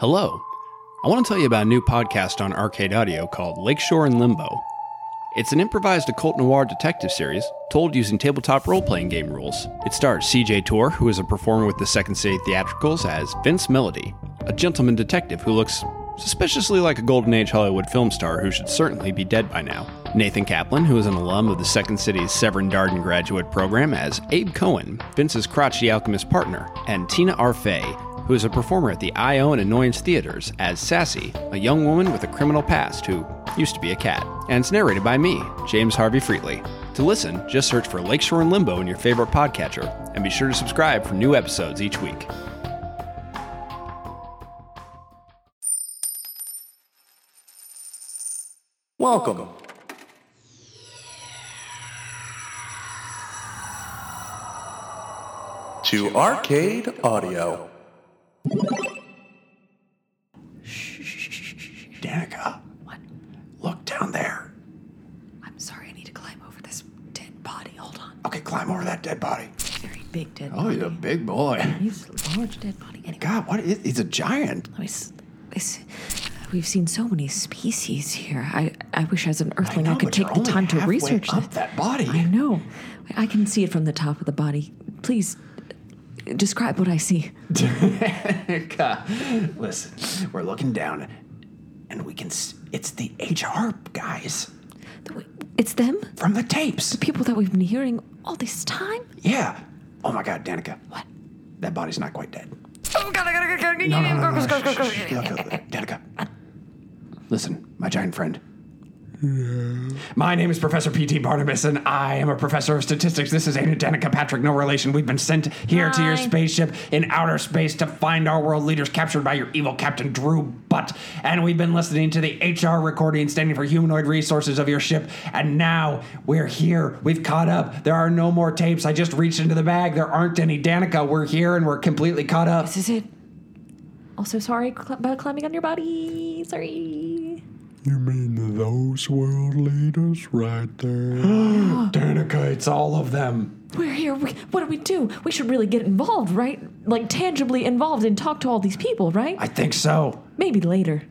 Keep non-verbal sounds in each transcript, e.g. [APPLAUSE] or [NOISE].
Hello. I want to tell you about a new podcast on Arcade Audio called Lakeshore in Limbo. It's an improvised occult noir detective series told using tabletop role playing game rules. It stars CJ Tor, who is a performer with the Second City Theatricals, as Vince Melody, a gentleman detective who looks suspiciously like a Golden Age Hollywood film star who should certainly be dead by now. Nathan Kaplan, who is an alum of the Second City's Severn Darden graduate program, as Abe Cohen, Vince's crotchety alchemist partner, and Tina Arfey, who is a performer at the I Own Annoyance Theaters as Sassy, a young woman with a criminal past who used to be a cat. And it's narrated by me, James Harvey Freetley. To listen, just search for Lakeshore and Limbo in your favorite podcatcher, and be sure to subscribe for new episodes each week. Welcome. To Arcade Audio. Danica. What? Look down there. I'm sorry, I need to climb over this dead body. Hold on. Okay, climb over that dead body. Very big dead Oh, body. he's a big boy. He's a large dead body. Anyway, God, what is he's a giant. let me s- it's- we've seen so many species here. I, I wish as an earthling I, know, could but take you're the only time to halfway research up this. that body. I know. I can see it from the top of the body. Please uh, describe what I see. Danica. Listen, we're looking down and we can s- it's the HR guys The way- It's them? from the tapes. People that we've been hearing all this time? Yeah. Oh my god, Danica. What? That body's not quite dead. Oh, God, I gotta go. go- No, no, no, no, no. go- go- go- shh, shh, shh. Look, look, look. Danica. Listen, my giant friend. My name is Professor P.T. Barnabas, and I am a professor of statistics. This is Ada Danica Patrick, no relation. We've been sent here to your Hi. spaceship in outer space to find our world leaders captured by your evil captain, Drew Butt. And we've been listening to the HR recording standing for humanoid resources of your ship. And now we're here. We've caught up. There are no more tapes. I just reached into the bag. There aren't any Danica. We're here, and we're completely caught up. This is it. Also, sorry cl- about climbing on your body. Sorry. You mean those world leaders right there? [GASPS] Danica, it's all of them. We're here. We, what do we do? We should really get involved, right? Like tangibly involved and talk to all these people, right? I think so. Maybe later.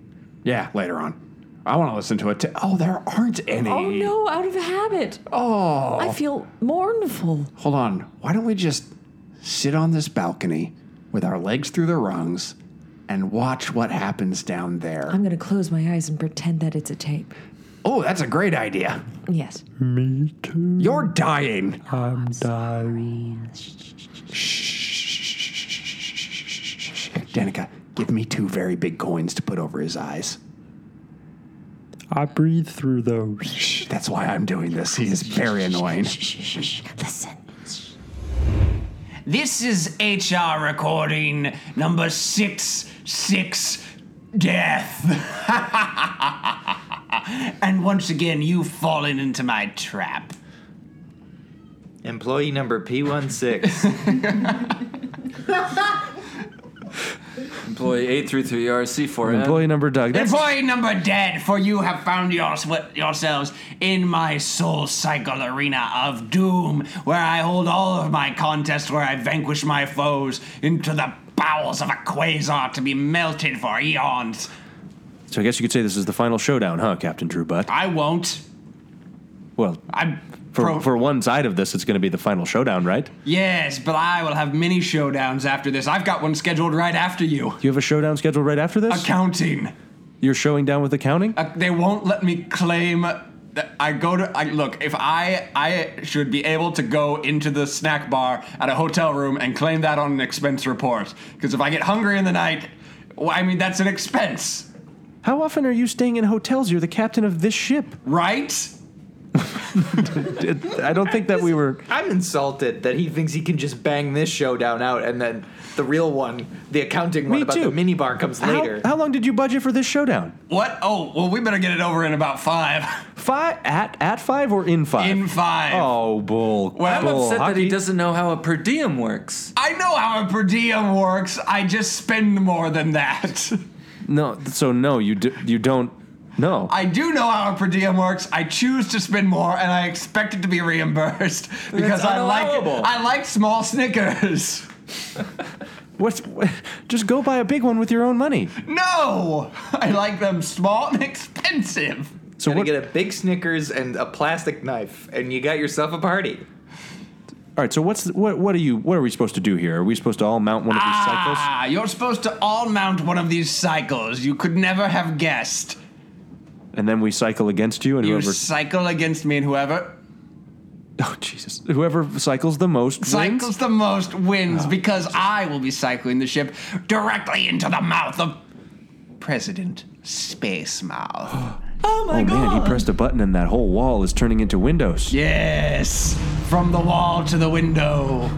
Yeah, later on. I want to listen to it. T- oh, there aren't any. Oh no, out of habit. Oh. I feel mournful. Hold on. Why don't we just sit on this balcony with our legs through the rungs and watch what happens down there? I'm going to close my eyes and pretend that it's a tape. oh, that's a great idea. Yes. Me too. You're dying. I'm dying. Danica, give me two very big coins to put over his eyes. I breathe through those. Shh, That's why I'm doing this. He is very annoying. Listen. This is HR recording number 666 Death. [LAUGHS] and once again, you've fallen into my trap. Employee number P16. Employee 833RC4M. Employee number Doug. That's Employee number dead, for you have found yours, yourselves in my soul cycle arena of doom, where I hold all of my contests, where I vanquish my foes into the bowels of a quasar to be melted for eons. so I guess you could say this is the final showdown, huh, Captain Drew Butt? I won't. Well, I'm for, pro- for one side of this, it's going to be the final showdown, right? Yes, but I will have many showdowns after this. I've got one scheduled right after you. You have a showdown scheduled right after this? Accounting. You're showing down with accounting? Uh, they won't let me claim that I go to I look, if I I should be able to go into the snack bar at a hotel room and claim that on an expense report because if I get hungry in the night, well, I mean that's an expense, How often are you staying in hotels? You're the captain of this ship. right? It- I don't think that we were. I'm insulted that he thinks he can just bang this showdown out and then the real one, the accounting one Me about too. the minibar comes How, later. how long did you budget for this showdown? What? Oh, well we better get it over in about [LAUGHS] 5 Five at at five or in five? in 5. Oh, bull. Well, I'm bull Said that he hockey. doesn't know how a per diem works. I know how a per diem works. I just spend more than that. [LAUGHS] No, so no, you do, you don't. No. I do know how a per diem works. I choose to spend more, and I expect it to [LAUGHS] be reimbursed because I like unallowable. I like small Snickers. What's, what? Just go buy a big one with your own money. [LAUGHS] No! I like them small and expensive. So Gotta what? get a big Snickers and a plastic knife, and you got yourself a party. all right. So what's what? What are you? What are we supposed to do here? Are we supposed to all mount one of these cycles? Ah, you're supposed to all mount one of these cycles. You could never have guessed. And then we cycle against you, and You whoever cycle against me, and whoever [LAUGHS] oh Jesus, whoever cycles the most wins. Ah. cycles the most wins because I will be cycling the ship directly into the mouth of President Space Mouth. [GASPS] oh man, he pressed a button, and that whole wall is turning into windows. yes, from the wall to the window.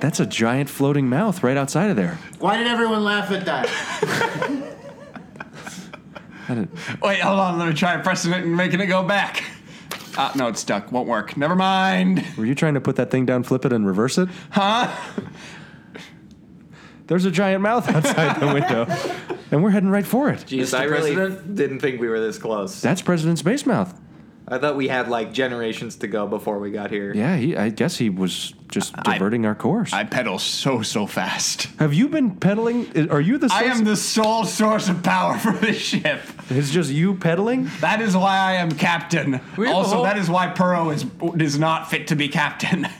That's a giant floating mouth right outside of there. Why did everyone laugh at that? [LAUGHS] Wait, hold on. Let me try pressing it and making it go back. Ah, Uh, no, it's stuck. Won't work. Never mind. Were you trying to put that thing down, flip it, and reverse it? Huh? There's a giant mouth [LAUGHS] outside the window, and we're heading right for it. Jeez, Mr. I really President? didn't think we were this close. That's President Space Mouth. I thought we had like generations to go before we got here. Yeah, he, I guess he was just diverting our course. I pedal so, so fast. Have you been pedaling? I- Are you the? I source- am the sole source of power [LAUGHS] for this ship. It's just you pedaling. That is why I am captain. We have a Also, whole- that is why Perro is is not fit to be captain. [LAUGHS]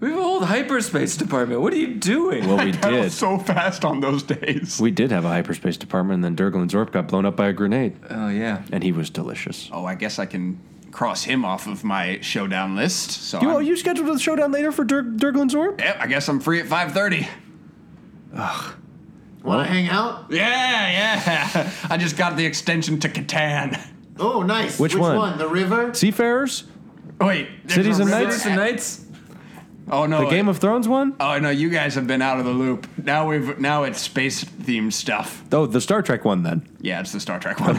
We have a whole hyperspace department. What are you doing? Well, we Pedal did. so fast on those days. We did have a hyperspace department, and then Durglin Zorp got blown up by a grenade, oh yeah. and he was delicious. Oh, I guess I can cross him off of my showdown list. So You, I'm- oh, you scheduled a showdown later for Dur- Durglin Zorp? Yep, I guess I'm free at 5:30. Want to hang out? Yeah, yeah. [LAUGHS] I just got the extension to Catan. Oh, nice. Which one? one? The river? Seafarers, Oh, Wait, there's Cities a and river- Knights? Knights and Knights. Oh no, the Game of Thrones one. Oh no, you guys have been out of the loop. Now we've now it's space themed stuff. Oh, the Star Trek one then. Yeah, it's the Star Trek one.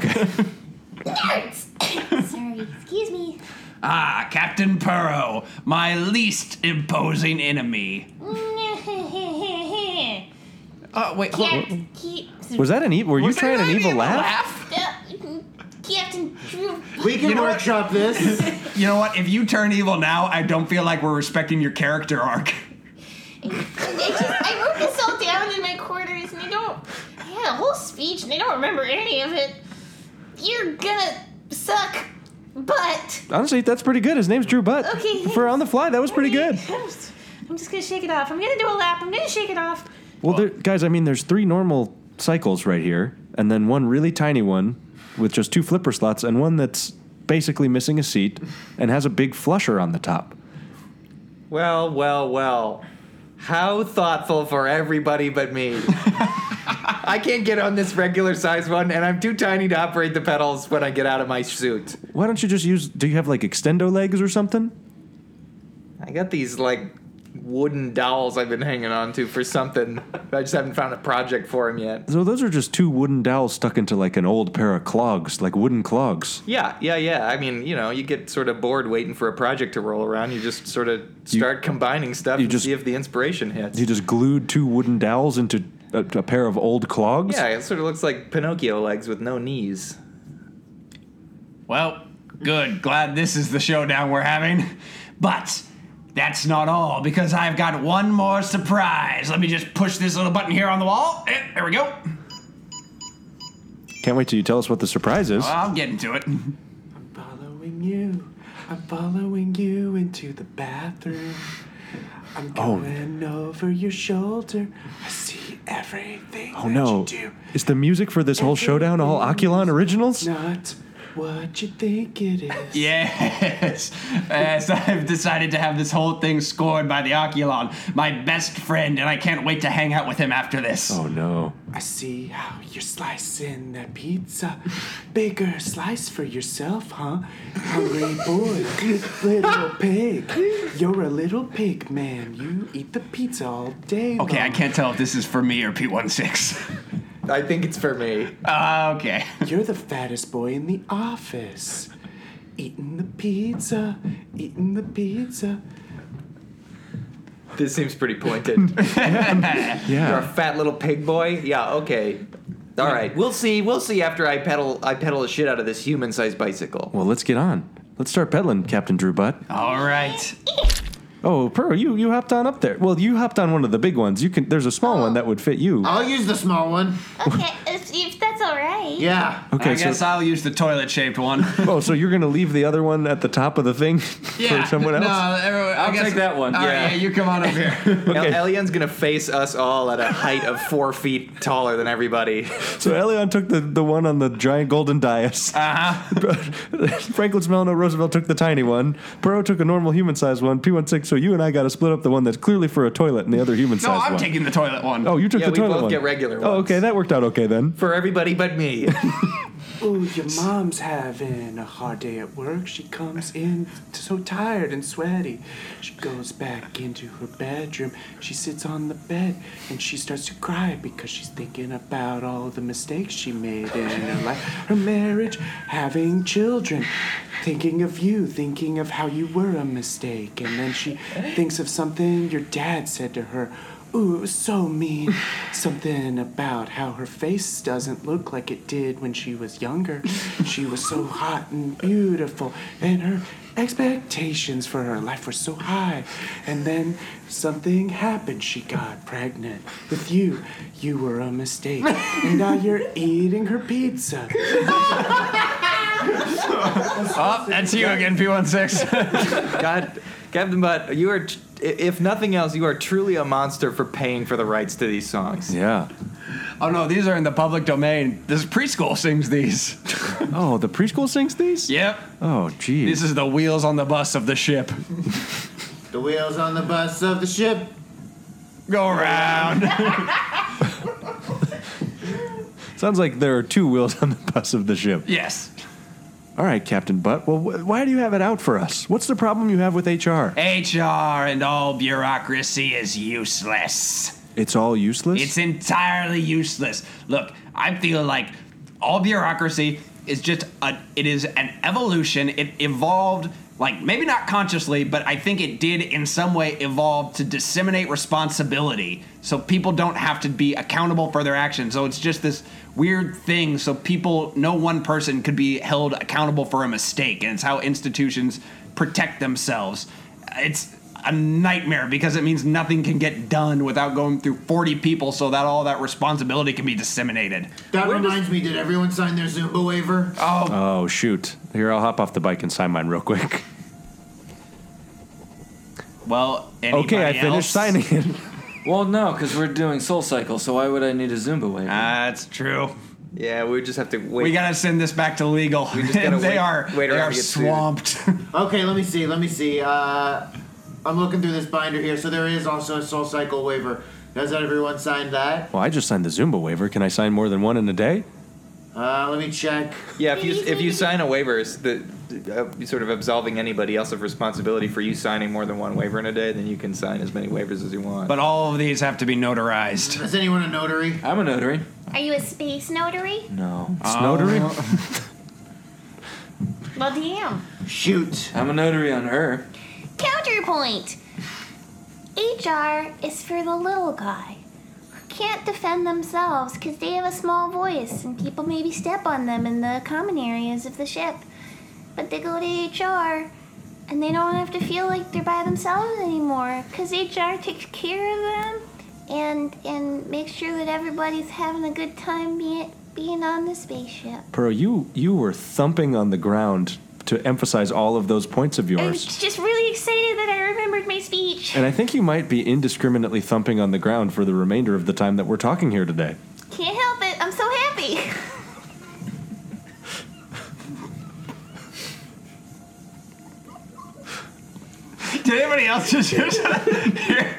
Sorry, excuse me. [LAUGHS] ah, Captain Perro, my least imposing enemy. Can't Oh wait, hold keep. Was that an evil? Were you trying an evil laugh? Captain Drew. We can workshop this. [LAUGHS] You know what? If you turn evil now, I don't feel like we're respecting your character arc. I, just, I wrote this all down in my quarters, and I don't. I had a whole speech, and I don't remember any of it. You're gonna suck, but Honestly, that's pretty good. His name's Drew Butt. Okay. For on the fly, that was pretty good. I'm just, [LAUGHS] I'm just gonna shake it off. I'm gonna do a lap. I'm gonna shake it off. Well, there, guys, I mean, there's three normal cycles right here, and then one really tiny one with just two flipper slots, and one that's basically missing a seat and has a big flusher on the top. Well, well, well. How thoughtful for everybody [LAUGHS] but me. I can't get on this regular size one, and I'm too tiny to operate the pedals when I get out of my suit. Why don't you just use? Do you have like extendo legs or something? I got these, like, wooden dowels I've been hanging on to for something. I just haven't found a project for them yet. So those are just two wooden dowels stuck into like an old pair of clogs, like wooden clogs. Yeah, yeah, yeah. I mean, you know, you get sort of bored waiting for a project to roll around. You just sort of start combining stuff you and just- see if the inspiration hits. You just glued two wooden dowels into a, a pair of old clogs. yeah, it sort of looks like Pinocchio legs with no knees. Well, good. Glad this is the showdown we're having. But that's not all, because I've got one more surprise. Let me just push this little button here on the wall. Eh, There we go. Can't wait till you tell us what the surprise is. Well, I'm getting to it. [LAUGHS] Following you, I'm following you into the bathroom. I'm Oh. going over your shoulder. I see everything. Oh no! that you do. Is the music for this whole showdown all Oculon originals? Not what you think it is. Yes. Yes, Uh, I've decided to have this whole thing scored by the Oculon, my best friend, and I can't wait to hang out with him after this. Oh no! I see how you're slicing that pizza. Bigger slice for yourself, huh? Hungry boy, little pig. You're a little pig, man. You eat the pizza all day. Okay, I long. can't tell if this is for me or P16. I think it's for me. Uh, okay. [LAUGHS] You're the fattest boy in the office. Eating the pizza, eating the pizza. This seems pretty [LAUGHS] pointed. You're a Yeah. fat little pig boy. Yeah, okay. All right, we'll see. We'll see after I pedal. I pedal the shit out of this human-sized bicycle. Well, let's get on. Let's start peddling, Captain Drew Butt. All right. Oh, Pearl, you, you hopped on up there. Well, you hopped on one of the big ones. You can. There's a small one that would fit you. Oh, I'll use the small one. Okay, if, if that's all right. Okay. I guess so, I'll use the toilet shaped one. [LAUGHS] oh, so you're gonna leave the other one at the top of the thing [LAUGHS] for someone else? No, everyone- I I'll guess- take that one, All right, yeah. yeah, you come on [LAUGHS] over here. Okay. Elian's gonna face us all at a height of four feet taller than everybody. So Elion took the, the one on the giant golden dais. Uh-huh. [LAUGHS] Franklin Delano Roosevelt took the tiny one. Perot took a normal human sized one, P16. So you and I got to split up the one that's clearly for a toilet and the other human No, sized one. I'm taking the toilet one. Oh, you took Yeah, the we toilet both one. get regular Oh, okay, that worked out okay then. For everybody but me. Ooh, your mom's having a hard day at work. She comes in so tired and sweaty. She goes back into her bedroom. She sits on the bed and she starts to cry because she's thinking about all the mistakes she made in her life. Her marriage, having children, thinking of you, thinking of how you were a mistake. And then she thinks of something your dad said to her. Ooh, it was so mean. [SIGHS] Something about how her face doesn't look like it did when she was younger. She was so hot and beautiful, and her expectations for her life were so high. And then something happened. She got pregnant with you. You were a mistake. And now you're eating her pizza. [LAUGHS] Oh, that's you again, P16. [LAUGHS] God, Captain Butt, you are, t- i- if nothing else, you are truly a monster for paying for the rights to these songs. [LAUGHS] Yeah. Oh no, these are in the public domain. This preschool sings these. oh, the preschool sings these? Yep. Oh, geez. This is the wheels on the bus of the ship. The wheels on the bus of the ship go [LAUGHS] round. Sounds like there are two wheels on the bus of the ship. Yes. All right, Captain Butt. Well, wh- why do you have it out for us? What's the problem you have with HR? HR and all bureaucracy is useless. It's all useless? It's entirely useless. Look, I feel like all bureaucracy is just a it is an evolution. It evolved like maybe not consciously, but I think it did in some way evolve to disseminate responsibility so people don't have to be accountable for their actions. So it's just this weird thing so people no one person could be held accountable for a mistake and it's how institutions protect themselves. It's a nightmare because it means nothing can get done without going through 40 people so that all that responsibility can be disseminated. That reminds me, did everyone sign their Zumba waiver? Oh. Oh, shoot. Here, I'll hop off the bike and sign mine real quick. Well, okay, I anybody finished else? signing it. [LAUGHS] Well, no, because we're doing Soul Cycle, so why would I need a Zumba wave? That's true. Yeah, we just have to wait. We gotta send this back to legal. just [LAUGHS] [LAUGHS] gotta they wait- are wait they around are to get swamped. okay, let me see. Let me see. Uh, I'm looking through this binder here, so there is also a Soul Cycle waiver. Has everyone signed that? Well, I just signed the Zumba waiver. Can I sign more than one in a day? Uh, let me check. Yeah, if you if you sign a waiver, it's the uh, sort of absolving anybody else of responsibility for you signing more than one waiver in a day, then you can sign as many waivers as you want. But all of these have to be notarized. Is anyone a notary? I'm a notary. Are you a space notary? No. It's notary? Oh. Well, damn. Shoot. I'm a notary on her. Counterpoint. HR is for the little guy who can't defend themselves because they have a small voice and people maybe step on them in the common areas of the ship. But they go to HR and they don't have to feel like they're by themselves anymore because HR takes care of them and and makes sure that everybody's having a good time being being on the spaceship. Pero, you, you were thumping on the ground to emphasize all of those points of I'm yours. just really excited that I remembered my speech. And I think you might be indiscriminately thumping on the ground for the remainder of the time that we're talking here today. Can't help it. I'm so happy. [LAUGHS] [LAUGHS] Did anybody else just hear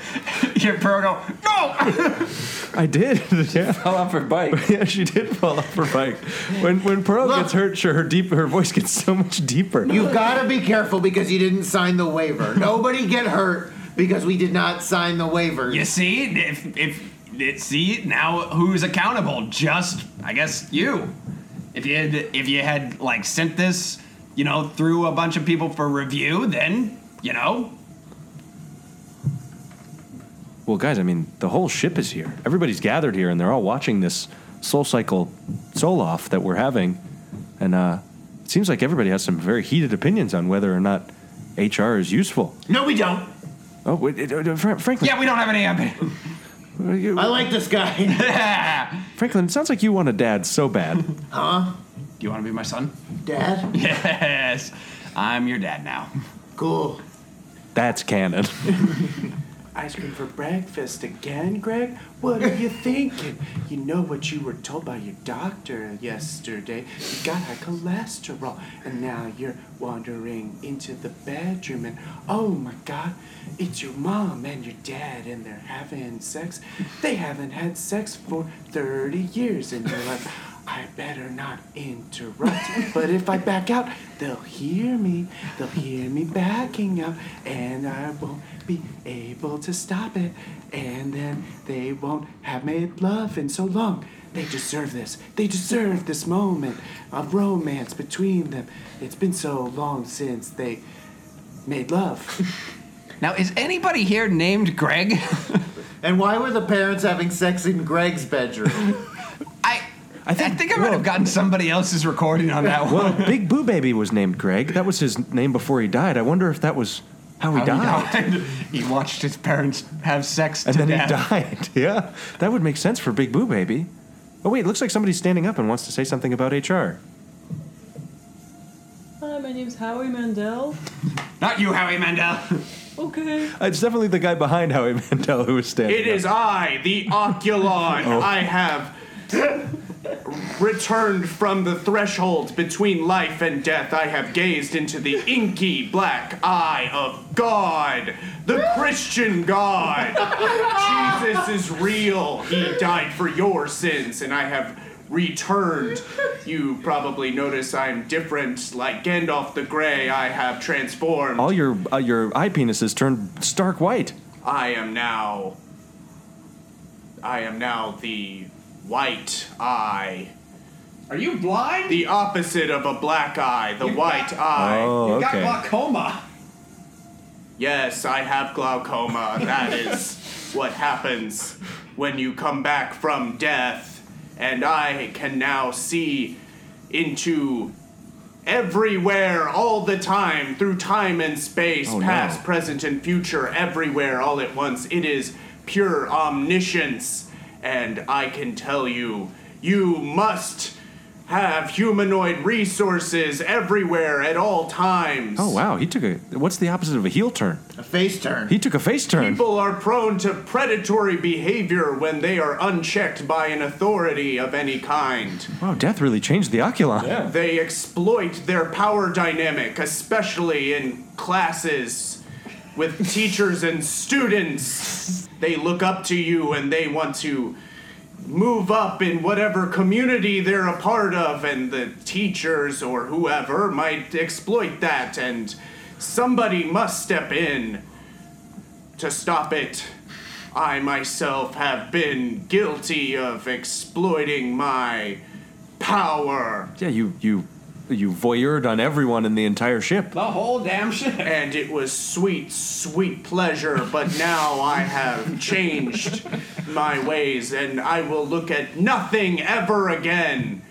your pro go? No. [LAUGHS] I [LAUGHS] did. Yeah. Fell off her bike. [LAUGHS] yeah, she did fall off her bike. When when Pearl gets hurt, sure, her deep her voice gets [LAUGHS] so much deeper. You've got to be careful because you didn't sign the [LAUGHS] waiver. Nobody get hurt because we did not sign the waiver. You see, if if it, see now, who's accountable? Just I guess you. If you had, if you had like sent this, you know, through a bunch of people for review, then you know. Well, guys, I mean, the whole ship is here. Everybody's gathered here, and they're all watching this Soul Cycle Soul Off that we're having. And uh, it seems like everybody has some very heated opinions on whether or not HR is useful. No, we don't. Oh, wait, uh, uh, Fra- Franklin. Yeah, we don't have any empathy. I like this guy. Franklin, it sounds like you want a dad so [LAUGHS] bad. huh? Do you want to be my son? Dad? Yes. I'm your dad now. Cool. That's canon. Ice cream for breakfast again, Greg? What are you thinking? You know what you were told by your doctor yesterday. You got high cholesterol, and now you're wandering into the bedroom, and oh my god, it's your mom and your dad, and they're having sex. They haven't had sex for 30 years, and you're like, I better not interrupt, but if I back out, they'll hear me. They'll hear me backing out, and I won't be able to stop it. And then they won't have made love in so long. They deserve this. They deserve this moment of romance between them. It's been so long since they made love. Now, is anybody here named Greg? [LAUGHS] and why were the parents having sex in Greg's bedroom? I think, I might have Oh, gotten somebody else's recording [LAUGHS] on that one. well, Big Boo Baby was named Greg. That was his name before he died. I wonder if that was [LAUGHS] how he died. [LAUGHS] He, watched his parents have sex and [LAUGHS] to then death. he died. [LAUGHS] Yeah, that would make sense for Big Boo Baby. Oh wait, looks like somebody's standing up and wants to say something about HR. Hi, my name's Howie Mandel. Not you, Howie Mandel. Okay. It's definitely the guy behind Howie [LAUGHS] Mandel who was standing. It is I, the Oculon. Oh. I have returned from the threshold between life and death. I have gazed into the inky black eye of God, the Christian God. Jesus is real. He died for your sins, and I have returned. You probably notice I'm different. Like Gandalf the Grey, I have transformed. All your uh, your eye penises turned stark white. I am now. I am now the white eye. Are you blind? The opposite of a black eye, the white eye. Oh, You got okay. glaucoma. Yes, I have glaucoma. that is what happens when you come back from death, and I can now see into everywhere all the time through time and space Oh, no. past present and future everywhere all at once it is pure omniscience and i can tell you you must have humanoid resources everywhere at all times Oh wow, he took a. What's the opposite of a heel turn? a face turn He took a face turn. People are prone to predatory behavior when they are unchecked by an authority of any kind. Wow, death really changed the Oculon. They exploit their power dynamic, especially in classes with teachers and students. They look up to you and they want to move up in whatever community they're a part of, and the teachers or whoever might exploit that, and somebody must step in to stop it. I myself have been guilty of exploiting my power. Yeah, you you you voyeured on everyone in the entire ship. The whole damn ship. And it was sweet, sweet pleasure, but now I have changed my ways and I will look at nothing ever again.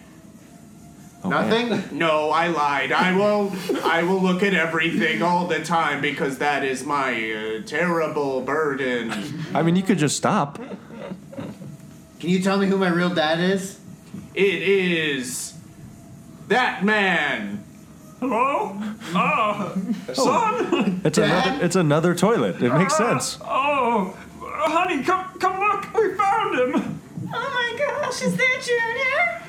Nothing? No, I lied. I will I will look at everything all the time because that is my uh, terrible burden. I mean, you could just stop. Can you tell me who my real dad is? It is that man. Hello? Ah, Oh, son! It's another it's another toilet. It makes sense. Oh, honey, come come look! We found him! Oh my gosh, is that Junior?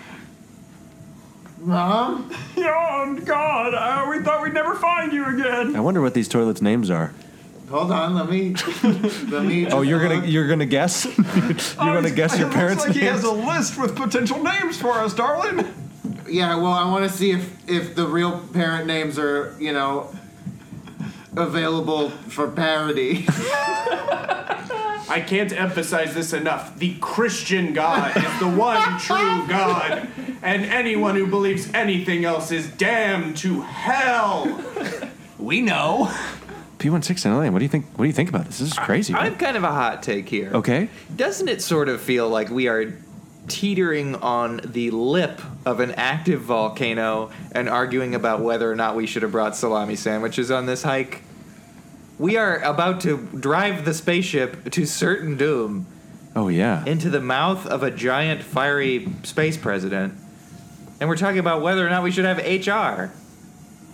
[LAUGHS] Mom? Oh, God, uh, we thought we'd never find you again. I wonder what these toilets' names are. Hold on, let me. let me. Oh, you're gonna you're gonna guess. [LAUGHS] you're gonna guess your parents' [LAUGHS] like he has names? a list with potential names for us, darling. Yeah, well, I want to see if if the real parent names are you know available for parody. [LAUGHS] I can't emphasize this enough. The Christian God is the one true God, and anyone who believes anything else is damned to hell. We know. [LAUGHS] P16 Alien, what do you think? What do you think about this? This is crazy. I right? have kind of a hot take here. Okay. Doesn't it sort of feel like we are teetering on the lip of an active volcano and arguing about whether or not we should have brought salami sandwiches on this hike? We are about to drive the spaceship to certain doom. Oh, yeah. Into the mouth of a giant fiery space president. And we're talking about whether or not we should have HR.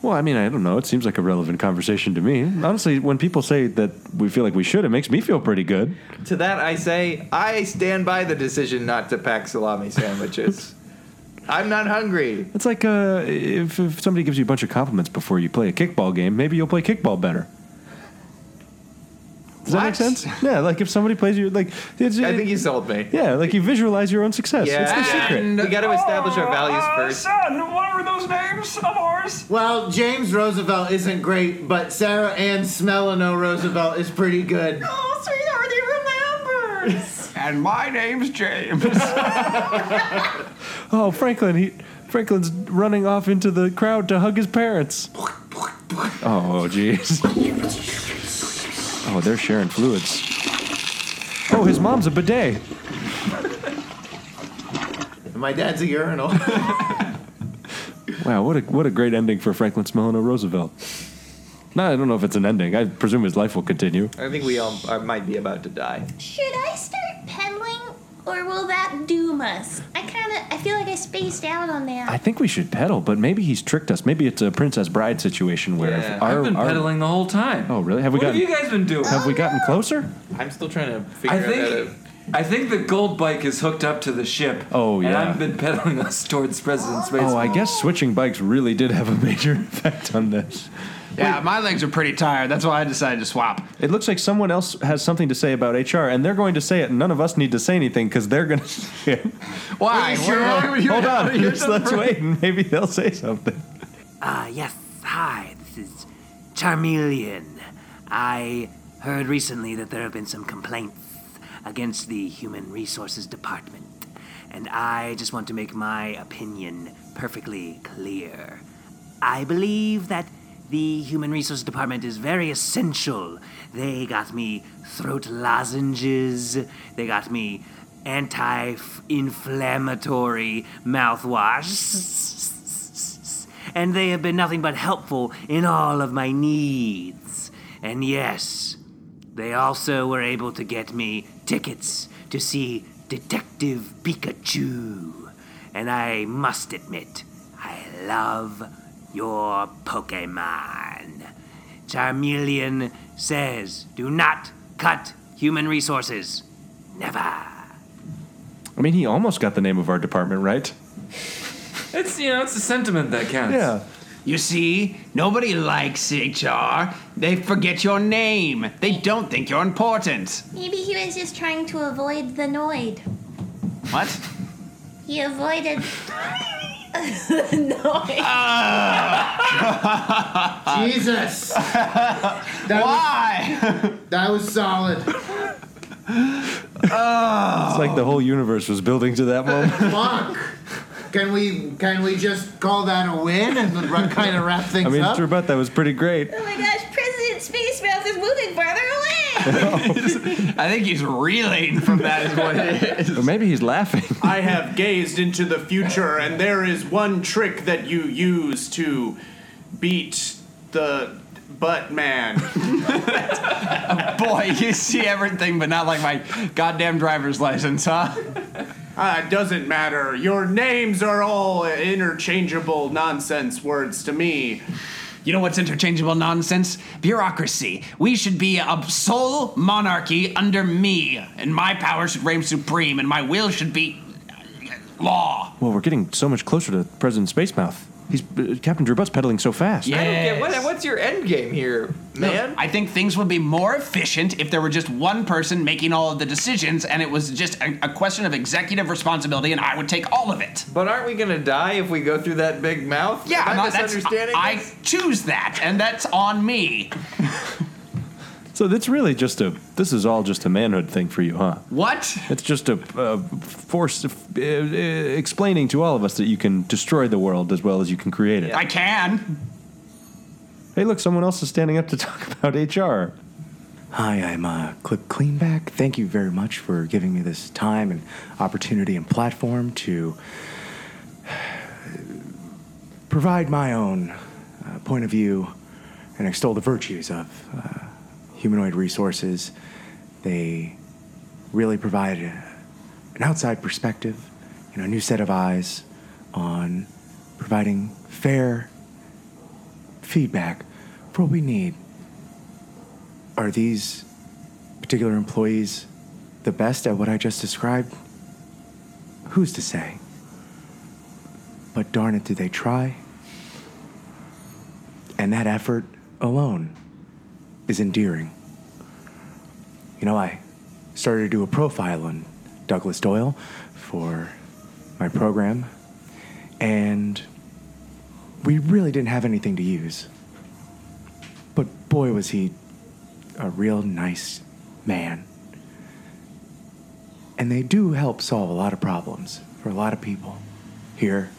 Well, I mean, I don't know. It seems like a relevant conversation to me. Honestly, when people say that we feel like we should, it makes me feel pretty good. To that I say, I stand by the decision not to pack [LAUGHS] salami sandwiches. I'm not hungry. It's like uh, if, if somebody gives you a bunch of compliments before you play a kickball game, maybe you'll play kickball better. Does that make sense? Yeah, like if somebody plays you, like it's, I think you sold me. yeah, like you visualize your own success. It's the secret. We got to establish our values Uh, first. son, what were those names of ours? Well, James Roosevelt isn't great, but Sarah Ann Smellano Roosevelt is pretty good. Oh, sweetheart, he remembers. And my name's James. Oh, Franklin, he Franklin's running off into the crowd to hug his parents. Oh, jeez. Oh, they're sharing fluids. Oh, his mom's a bidet. My dad's a urinal. [LAUGHS] Wow, what a what a great ending for Franklin Smellano Roosevelt. No, I don't know if it's an ending. I presume his life will continue. I think we all are, might be about to die. Should I start pedaling, or will that doom us? I kind of, I feel like I spaced out on that. I think we should pedal, but maybe he's tricked us. Maybe it's a Princess Bride situation where Yeah. I've been pedaling the whole time. Oh, really? Have we What have gotten? you guys been doing? Have we gotten closer? I'm still trying to I figure out how think to. I think the gold bike is hooked up to the ship. Oh, And yeah. I've been pedaling us towards President Space. Oh, I guess switching bikes really did have a [LAUGHS] major effect on this. yeah, my legs are pretty tired. That's why I decided to swap. It looks like someone else has something to say about HR, and they're going to say it. and None of us need to say anything because they're going to. [LAUGHS] Say it. Why? Hold hold [LAUGHS] on, just let's wait, and maybe they'll say something. Ah, yes. Hi, this is Charmeleon. I heard recently that there have been some complaints against the Human Resources Department, and I just want to make my opinion perfectly clear. I believe that the Human Resources Department is very essential. They got me throat lozenges, they got me anti inflammatory mouthwash, and they have been nothing but helpful in all of my needs. And yes, they also were able to get me tickets to see Detective Pikachu. And I must admit, I love your Pokemon. Charmeleon says do not cut human resources. Never. I mean, he almost got the name of our department right. It's you know, it's the sentiment that counts. Yeah. You see, nobody likes HR. They forget your name. They don't think you're important. Maybe he was just trying to avoid the Noid. What? [LAUGHS] He avoided. [LAUGHS] Noid. Ah. Jesus. Why? that was solid. Ah. It's like the whole universe was building to that [LAUGHS] moment. Fuck. Can we can we just call that a win and kind of wrap things I mean, up? Trebet, that was pretty great. oh my gosh, President Space Mouth is moving farther away! I think he's reeling from that, is what it is. Or maybe he's laughing. I have gazed into the future, and there is one trick that you use to beat the butt man. [LAUGHS] Boy, you see everything, but not like my goddamn driver's license, huh? Ah, it doesn't matter. Your names are all interchangeable nonsense words to me. You know what's interchangeable nonsense? Bureaucracy. We should be a sole monarchy under me, and my power should reign supreme, and my will should be law. Well, we're getting so much closer to President Spacemouth. He's uh, Captain Drew Butt's pedaling so fast. Yeah. what's your end game here, man? I think things would be more efficient if there were just one person making all of the decisions, and it was just a, a question of executive responsibility, and I would take all of it. But aren't we gonna die if we go through that big mouth? Yeah, Am I I'm not, that's, misunderstanding. I, I choose that, and that's on me. So that's really just a. This is all just a manhood thing for you, huh? What? It's just a uh, force of, uh, uh, explaining to all of us that you can destroy the world as well as you can create it. I can. Hey, look, someone else is standing up to [LAUGHS] talk about HR. Hi, I'm uh, Clip Cleanback. Thank you very much for giving me this time and opportunity and platform to provide my own uh, point of view and extol the virtues of uh, humanoid resources. They really provide a, an outside perspective, you know, a new set of eyes on providing fair feedback for what we need. Are these particular employees the best at what I just described? Who's to say? But darn it, did they try? And that effort alone is endearing. You know, I started to do a profile on Douglas Doyle for my program, and we really didn't have anything to use. But boy, was he a real nice man. And they do help solve a lot of problems for a lot of people here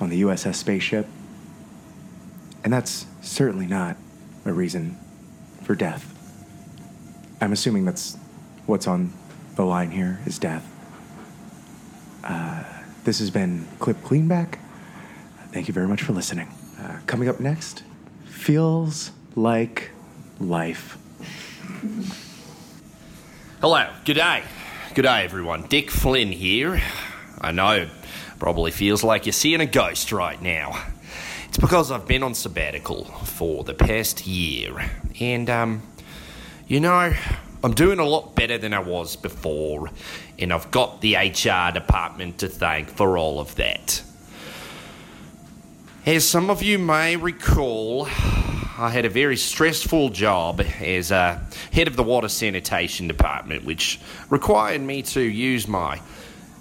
on the USS spaceship. And that's certainly not a reason for death. I'm assuming that's what's on the line here is death. Uh, this has been Clip Cleanback. Thank you very much for listening. Uh, coming up next, feels like life. Hello, good day. Good day, everyone. Dick Flynn here. I know it probably feels like you're seeing a ghost right now. It's because I've been on sabbatical for the past year, and um, you know, I'm doing a lot better than I was before, and I've got the HR department to thank for all of that. As some of you may recall, I had a very stressful job as a head of the water sanitation department, which required me to use my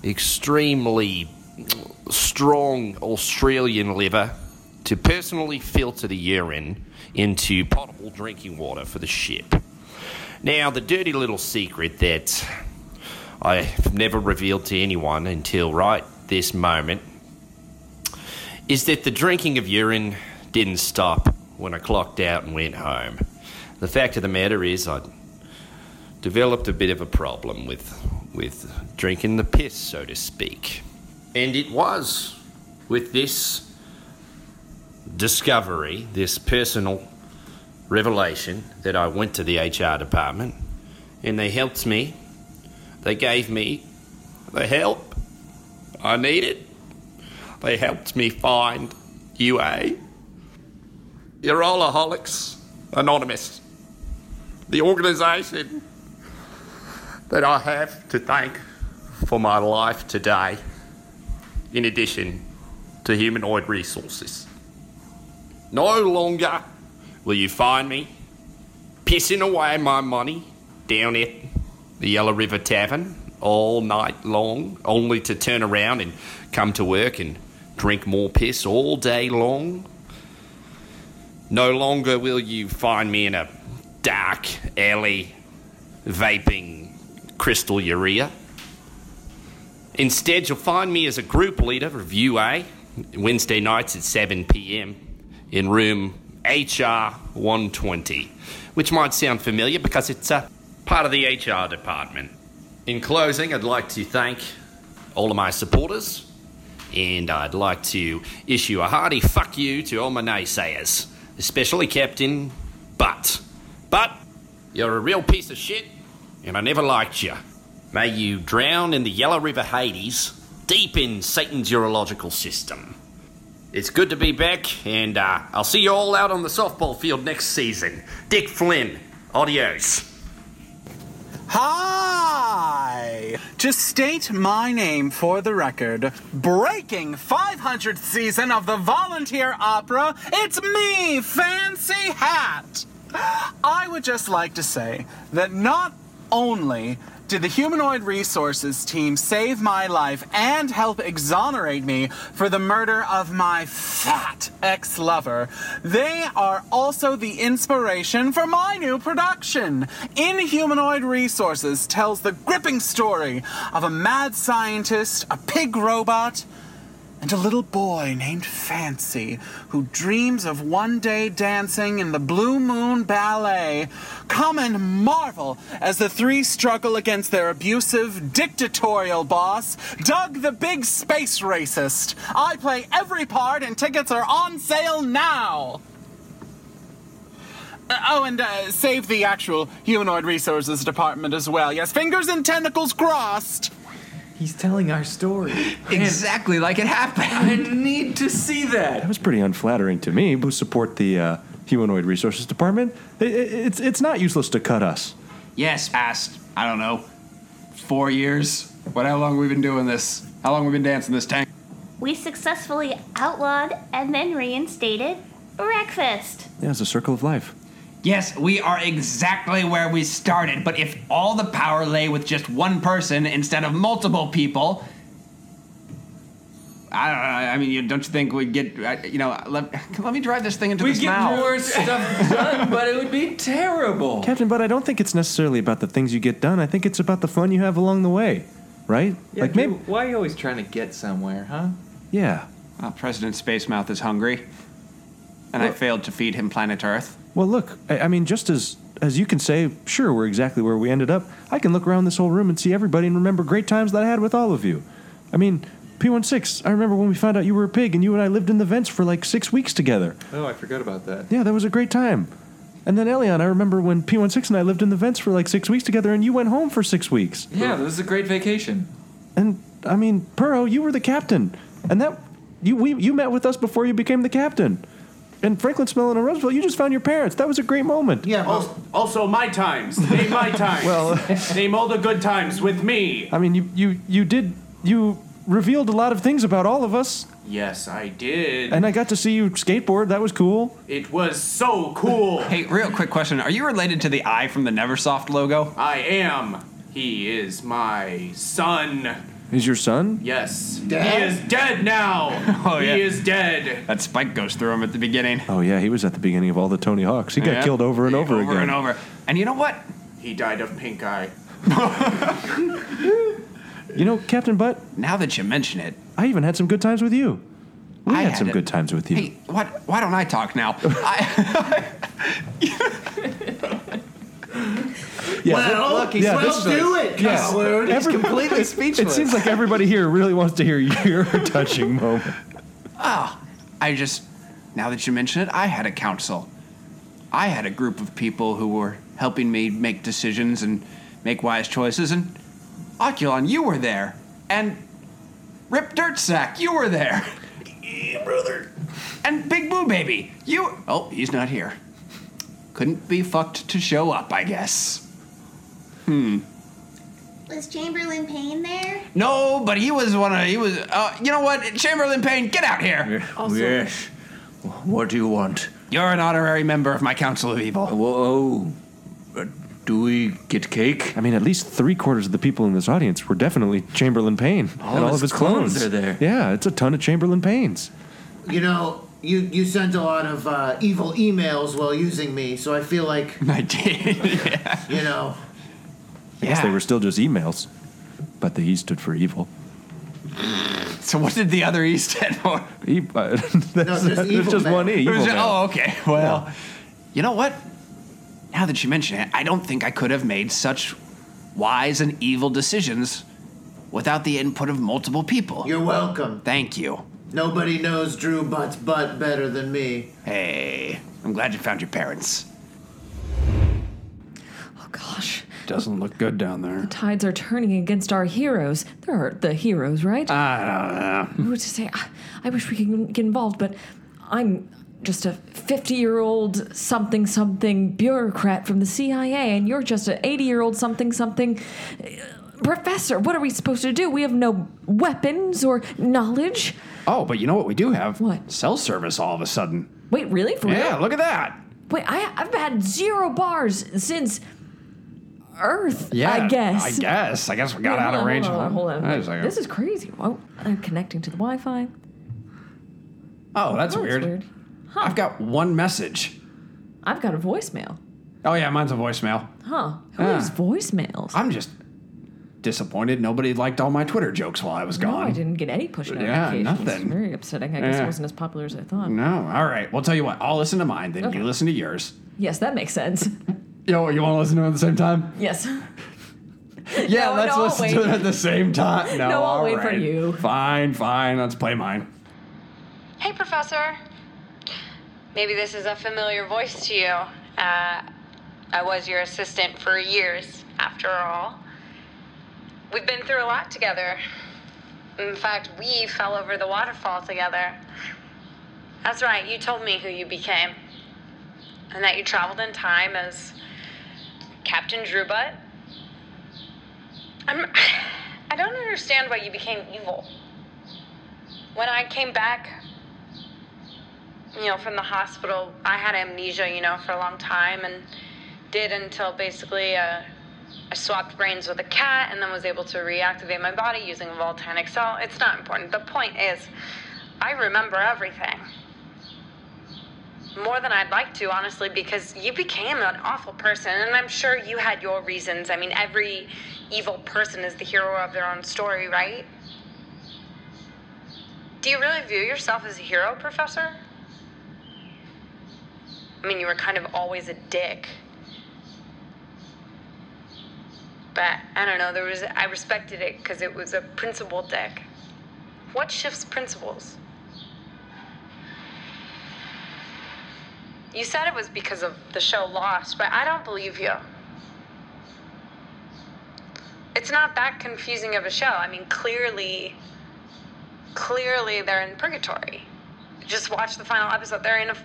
extremely strong Australian liver to personally filter the urine into potable drinking water for the ship. Now, the dirty little secret that I've never revealed to anyone until right this moment is that the drinking of urine didn't stop when I clocked out and went home. The fact of the matter is, I developed a bit of a problem with with drinking the piss, so to speak, and it was with this discovery, this personal revelation, that I went to the HR department, and they helped me. They gave me the help I needed. They helped me find UA. Urolaholics Anonymous, the organization that I have to thank for my life today, in addition to humanoid resources. No longer will you find me pissing away my money down at the Yellow River Tavern all night long, only to turn around and come to work and drink more piss all day long. No longer will you find me in a dark alley vaping crystal urea. Instead, you'll find me as a group leader of UA Wednesday nights at 7 p.m. in room HR 120, which might sound familiar because it's a part of the HR department. In closing, I'd like to thank all of my supporters, and I'd like to issue a hearty fuck you to all my naysayers especially Captain Butt. But you're a real piece of shit, and I never liked you. May you drown in the Yellow River Hades, deep in Satan's urological system. It's good to be back, and uh, I'll see you all out on the softball field next season. Dick Flynn, adios. Hi! To state my name for the record, breaking 500th season of the volunteer opera, it's me, Fancy Hat! I would just like to say that not only did the humanoid resources team save my life and help exonerate me for the murder of my fat ex lover, they are also the inspiration for my new production. Inhumanoid Resources tells the gripping story of a mad scientist, a pig robot, and a little boy named Fancy who dreams of one day dancing in the Blue Moon Ballet. Come and marvel as the three struggle against their abusive, dictatorial boss, Doug the Big Space Racist. I play every part, and tickets are on sale now! Uh, oh, and uh, save the actual humanoid resources department as well. Yes, fingers and tentacles crossed. He's telling our story. Exactly like it happened. I need to see that. That was pretty unflattering to me. Who support the uh, humanoid resources department? I- I- it's it's not useless to cut us. Yes, past, I don't know, four years. What, how long we've been doing this? How long we've been dancing this tank? We successfully outlawed and then reinstated breakfast. Yeah, it's a circle of life. Yes, we are exactly where we started, but if all the power lay with just one person instead of multiple people, I don't know. I mean, you, don't you think we'd get, I- you know, let, let me drive this thing into We this get mouth. more stuff done, but it would be terrible. Captain, but I don't think it's necessarily about the things you get done. I think it's about the fun you have along the way, right? Yeah, like dude, maybe, Why are you always trying to get somewhere, huh? yeah. Well, President Spacemouth is hungry, and I failed to feed him planet Earth. Well, look, I, I mean, just as as you can say, sure, we're exactly where we ended up. I can look around this whole room and see everybody and remember great times that I had with all of you. I mean, P16, I remember when we found out you were a pig and you and I lived in the vents for like six weeks together. Oh, I forgot about that. Yeah, that was a great time. And then Elion, I remember when P16 and I lived in the vents for like six weeks together and you went home for six weeks. Yeah, this is a great vacation. And I mean, Perro, you were the captain, and that you we you met with us before you became the captain. And Franklin Smiley and Roosevelt, you just found your parents. That was a great moment. Yeah. Also, also my times. [LAUGHS] Name my times. Well- name all the good times with me. I mean, you you you did you revealed a lot of things about all of us, Yes, I did. and I got to see you skateboard. That was cool. it was so [LAUGHS] cool. Hey, real quick question: Are you related to the eye from the NeverSoft logo? I am. He is my son. Is your son? Yes. Dad? He is dead now. [LAUGHS] Oh, he yeah. is dead. That spike goes through him at the beginning. Oh yeah, he was at the beginning of all the Tony Hawks. He got Yeah. killed over and over, over again. and over. And you know what? He died of [LAUGHS] pink eye. You know, Captain Butt. Now that you mention it, I even had some good times with you. We I had, had some it. good times with you. Hey, what? Why don't I [LAUGHS] talk now? I, Yeah, Well, look- look, he's yeah, well, this- do it, yeah. coward. [LAUGHS] He's Every- completely It speechless. seems like everybody here really wants to hear [LAUGHS] your touching moment. oh, I just. Now that you mention it, I had a council. I had a group of people who were helping me make decisions and make wise choices. And Oculon, you were there. And Rip Dirtsack, you were there. Yeah, brother. And Big Boo Baby, you. Oh, he's not here. Couldn't be fucked to show up, I guess. Hmm. Was Chamberlain Payne there? No, but he was one of he was. Uh, you know what, Chamberlain Payne, get out here. Also- Yes. What do you want? You're an honorary member of my Council of Evil. Whoa. Uh, Do we get cake? I mean, at least three quarters of the people in this audience were definitely Chamberlain Payne. All and of all his of his clones. clones are there. Yeah, it's a ton of Chamberlain Paynes. You know, you you sent a lot of uh, evil emails while using me, so I feel like [LAUGHS] I did. You know, I guess Yeah. they were still just emails, but the E stood for evil. So what did the other E stand for? [LAUGHS] E, [LAUGHS] uh, that's, that's just one E. It was evil ju- man. oh, okay. [LAUGHS] Well, you know what? Now that you mention it, I don't think I could have made such wise and evil decisions without the input of multiple people. You're welcome. Thank you. nobody knows Drew Butt's butt better than me. Hey, I'm glad you found your parents. Doesn't look good down there. The tides are turning against our heroes. They're the heroes, right? I don't know. Who to say? I- I wish we could get involved, but I'm just a 50 year old something something bureaucrat from the CIA, and you're just an 80 year old something something uh, professor. What are we supposed to do? We have no weapons or knowledge. Oh, but you know what we do have? What? Cell service all of a sudden. Wait, really? For yeah, real? look at that. Wait, I, I've had zero bars since Earth, Yeah. I guess. I guess. I guess we got Wait, out hold of on, range. Hold on, hold on. Wait a second. This is crazy. Oh, I'm connecting to the Wi Fi. Oh, that's weird. I've got one message. I've got a voicemail. Oh yeah, mine's a voicemail. Huh. Who Ah. leaves voicemails? I'm just disappointed nobody liked all my Twitter jokes while I was No, gone. I didn't get any push Yeah, notifications. nothing. Very upsetting. I guess Yeah. it wasn't as popular as I thought. No. All right. Well, tell you what. I'll listen to mine, then Okay. you listen to yours. Yes, that makes sense. [LAUGHS] Yo, you want to listen to it at the same time? Yes. Yeah, No, let's no, I'll listen to wait. it at the same time. No, [LAUGHS] No, I'll all wait for right. you. Fine, fine. Let's play mine. Hey, Professor. Maybe this is a familiar voice to you. Uh, I was your assistant for years, after all. We've been through a lot together. In fact, we fell over the waterfall together. That's right, you told me who you became. And that you traveled in time as Captain Drewbutt. I'm, [SIGHS] I don't understand why you became evil. When I came back, you know, from the hospital, I had amnesia, you know, for a long time and did until basically uh, I swapped brains with a cat and then was able to reactivate my body using a volcanic cell. It's not important. The point is, I remember everything. More than I'd like to, honestly, because you became an awful person, and I'm sure you had your reasons. I mean, every evil person is the hero of their own story, right? Do you really view yourself as a hero, Professor? I mean, you were kind of always a dick. But I don't know, there was I respected it because it was a principle dick. What shifts principles? You said it was because of the show Lost, but I don't believe you. It's not that confusing of a show. I mean, clearly, clearly they're in purgatory. Just watch the final episode. They're in a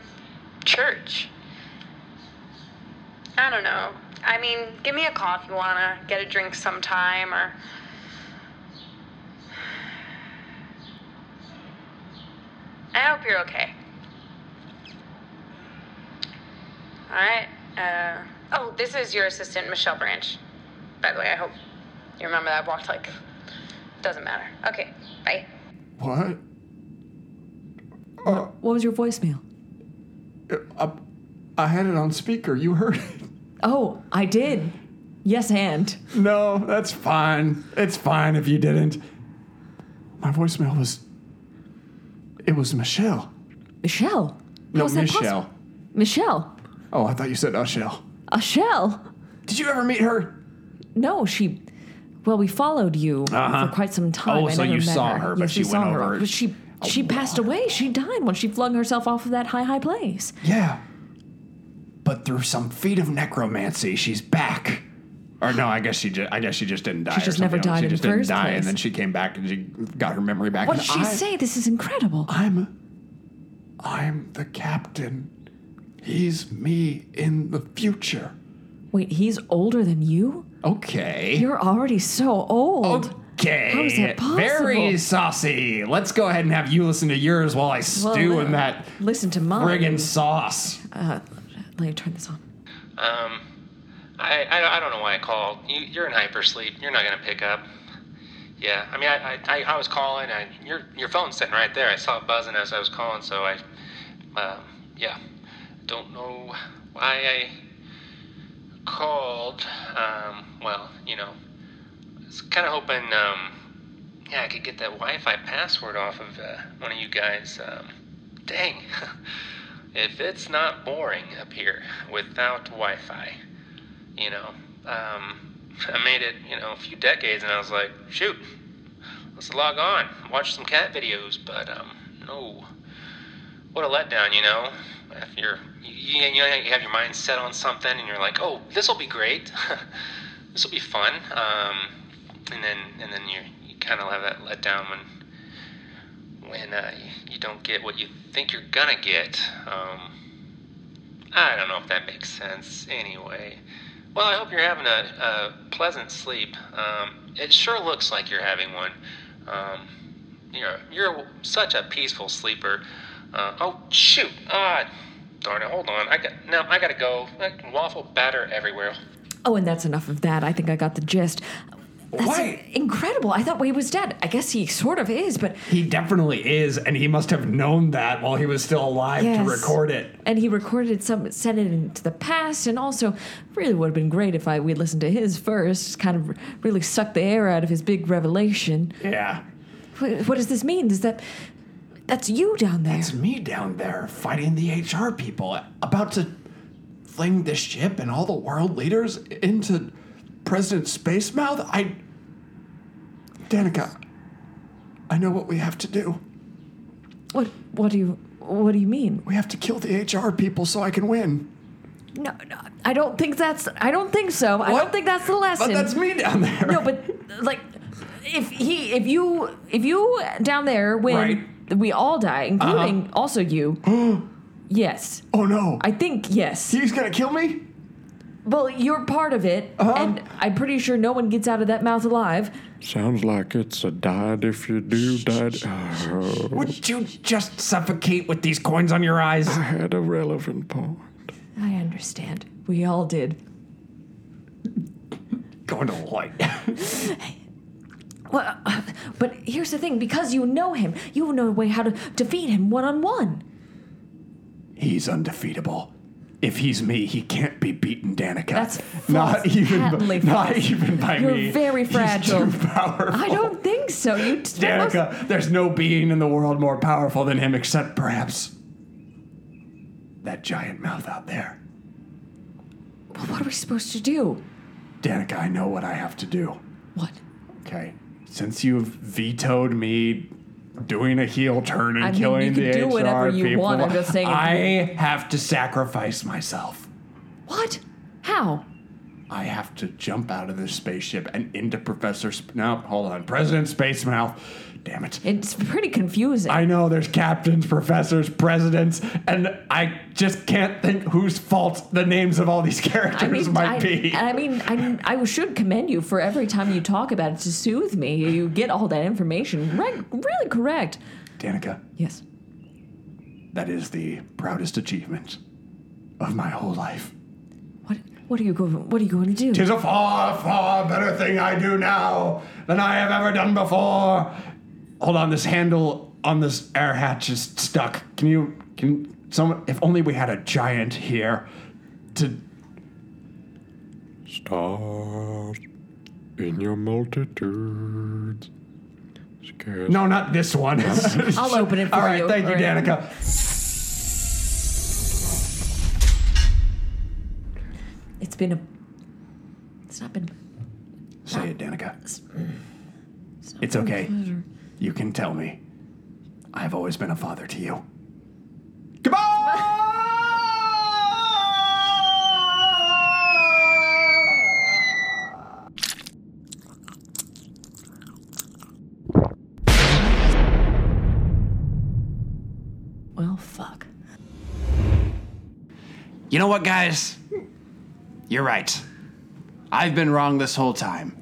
church. I don't know. I mean, give me a call if you wanna get a drink sometime or. I hope you're okay. All right. Uh, oh, this is your assistant, Michelle Branch. By the way, I hope you remember that I walked like. Doesn't matter. Okay, bye. What? Wha- what was your voicemail? I, I had it on speaker. You heard it. Oh, I did. Yes, and. No, that's fine. It's fine if you didn't. My voicemail was. It was Michelle. Michelle? No, How's that Michelle. possi- Michelle. Oh, I thought you said Michelle. A shell? Did you ever meet her? No, she. Well, we followed you Uh-huh. for quite some time. Oh, I so never you met saw her, her, yes, but we she went saw her. over Oh, But she she passed away. She died when she flung herself off of that high, high place. Yeah. But through some feat of necromancy, she's back. Or no, I guess she just I guess she just didn't die. She or just never something. died She in just the didn't first die, place. and then she came back and she got her memory back. What and did she I- say? This is incredible. I'm. I'm the captain. He's me in the future. Wait, he's older than you? Okay. You're already so old. Okay. How is that possible? Very saucy. Let's go ahead and have you listen to yours while I stew Well, in that Listen to mine. friggin' sauce. Uh, Oh. let me turn this on. Um, I, I, I don't know why I called. You, you're in hypersleep. You're not gonna pick up. Yeah, I mean, I, I, I, I was calling. I, your your phone's sitting right there. I saw it buzzing as I was calling, so I, um, yeah, don't know why I called. Um, well, you know, I was kind of hoping, um, yeah, I could get that Wi-Fi password off of uh, one of you guys. Um, dang. if it's not boring up here without Wi-Fi, you know, um, [LAUGHS] I made it, you know, a few decades, and I was like, shoot, let's log on, watch some cat videos, but um, no, what a letdown, you know. If you're, you, you know, you have your mind set on something, and you're like, oh, this will be great, [LAUGHS] this will be fun, um, and then and then you you kind of have that letdown when when uh, you, you don't get what you think you're gonna get. Um, I don't know if that makes sense anyway. Well, I hope you're having a, a pleasant sleep. Um, it sure looks like you're having one. Um, you're, you're such a peaceful sleeper. Uh, oh, shoot. Ah, darn it. Hold on. I got, no, I gotta go. Like, waffle batter everywhere. Oh, and that's enough of that. I think I got the gist. That's incredible. I thought Wade was dead. I guess he sort of is, but He definitely is, and he must have known that while he was still alive Yes. to record it. and he recorded some, sent it into the past, and also really would have been great if I we'd listened to his first. Kind of really sucked the air out of his big revelation. Yeah. What, what does this mean? Does that that's you down there? It's me down there fighting the HR people, about to fling the ship and all the world leaders into President Spacemouth. I. Danica, I know what we have to do. What what do you what do you mean? We have to kill the HR people so I can win. No, no, I don't think that's. I don't think so. I don't think that's the lesson. that's me down there. No, but like, if he, if you, if you down there when we all die, including also you. [GASPS] yes. Oh no. I think yes. He's gonna kill me. Uh-huh. Well, you're part of it, and I'm pretty sure no one gets out of that mouth alive. Sounds like it's a died if you do died. Oh, Would you just suffocate with these coins on your eyes? I had a relevant point. I understand. We all did. Going to light. Well, uh, but here's the thing: because you know him, you know a way how to defeat him one on one. He's undefeatable. If he's me, he can't be beaten, Danica. That's false. not even patently not false. even by You're me. very He's fragile. too powerful. I don't think so. You t- that must- Danica, there's no being in the world more powerful than him, except perhaps that giant mouth out there. Well, what are we supposed to do? Danica, I know what I have to do. What? Okay. Since you've vetoed me doing a heel turn and I mean, you killing can the do HR whatever you people, want, I'm just saying- I have to sacrifice myself. What? [LAUGHS] How? I have to jump out of this spaceship and into Professor. Sp- no, hold on, President Spacemouth. Damn it! It's pretty confusing. I know there's captains, professors, presidents, and I just can't think whose fault the names of all these [LAUGHS] characters I mean, might I, be. I mean, I, I should commend you for every time you talk about it to soothe me. You get all that information right, really correct. Danica, Yes. that is the proudest achievement of my whole life. What are you going? What are you going to do? Tis a far, far better thing I do now than I have ever done before. Hold on, this handle on this air hatch is stuck. Can you, can someone, if only we had a giant here to. Stars in your multitudes. Scared. No, not this one. [LAUGHS] I'll open it for All right, you. thank you, All right. Danica. It's been a. It's not been. Say it, Danica. It's okay. You can tell me. I've always been a father to you. Well, fuck. You know what, guys? You're right. I've been wrong this whole time.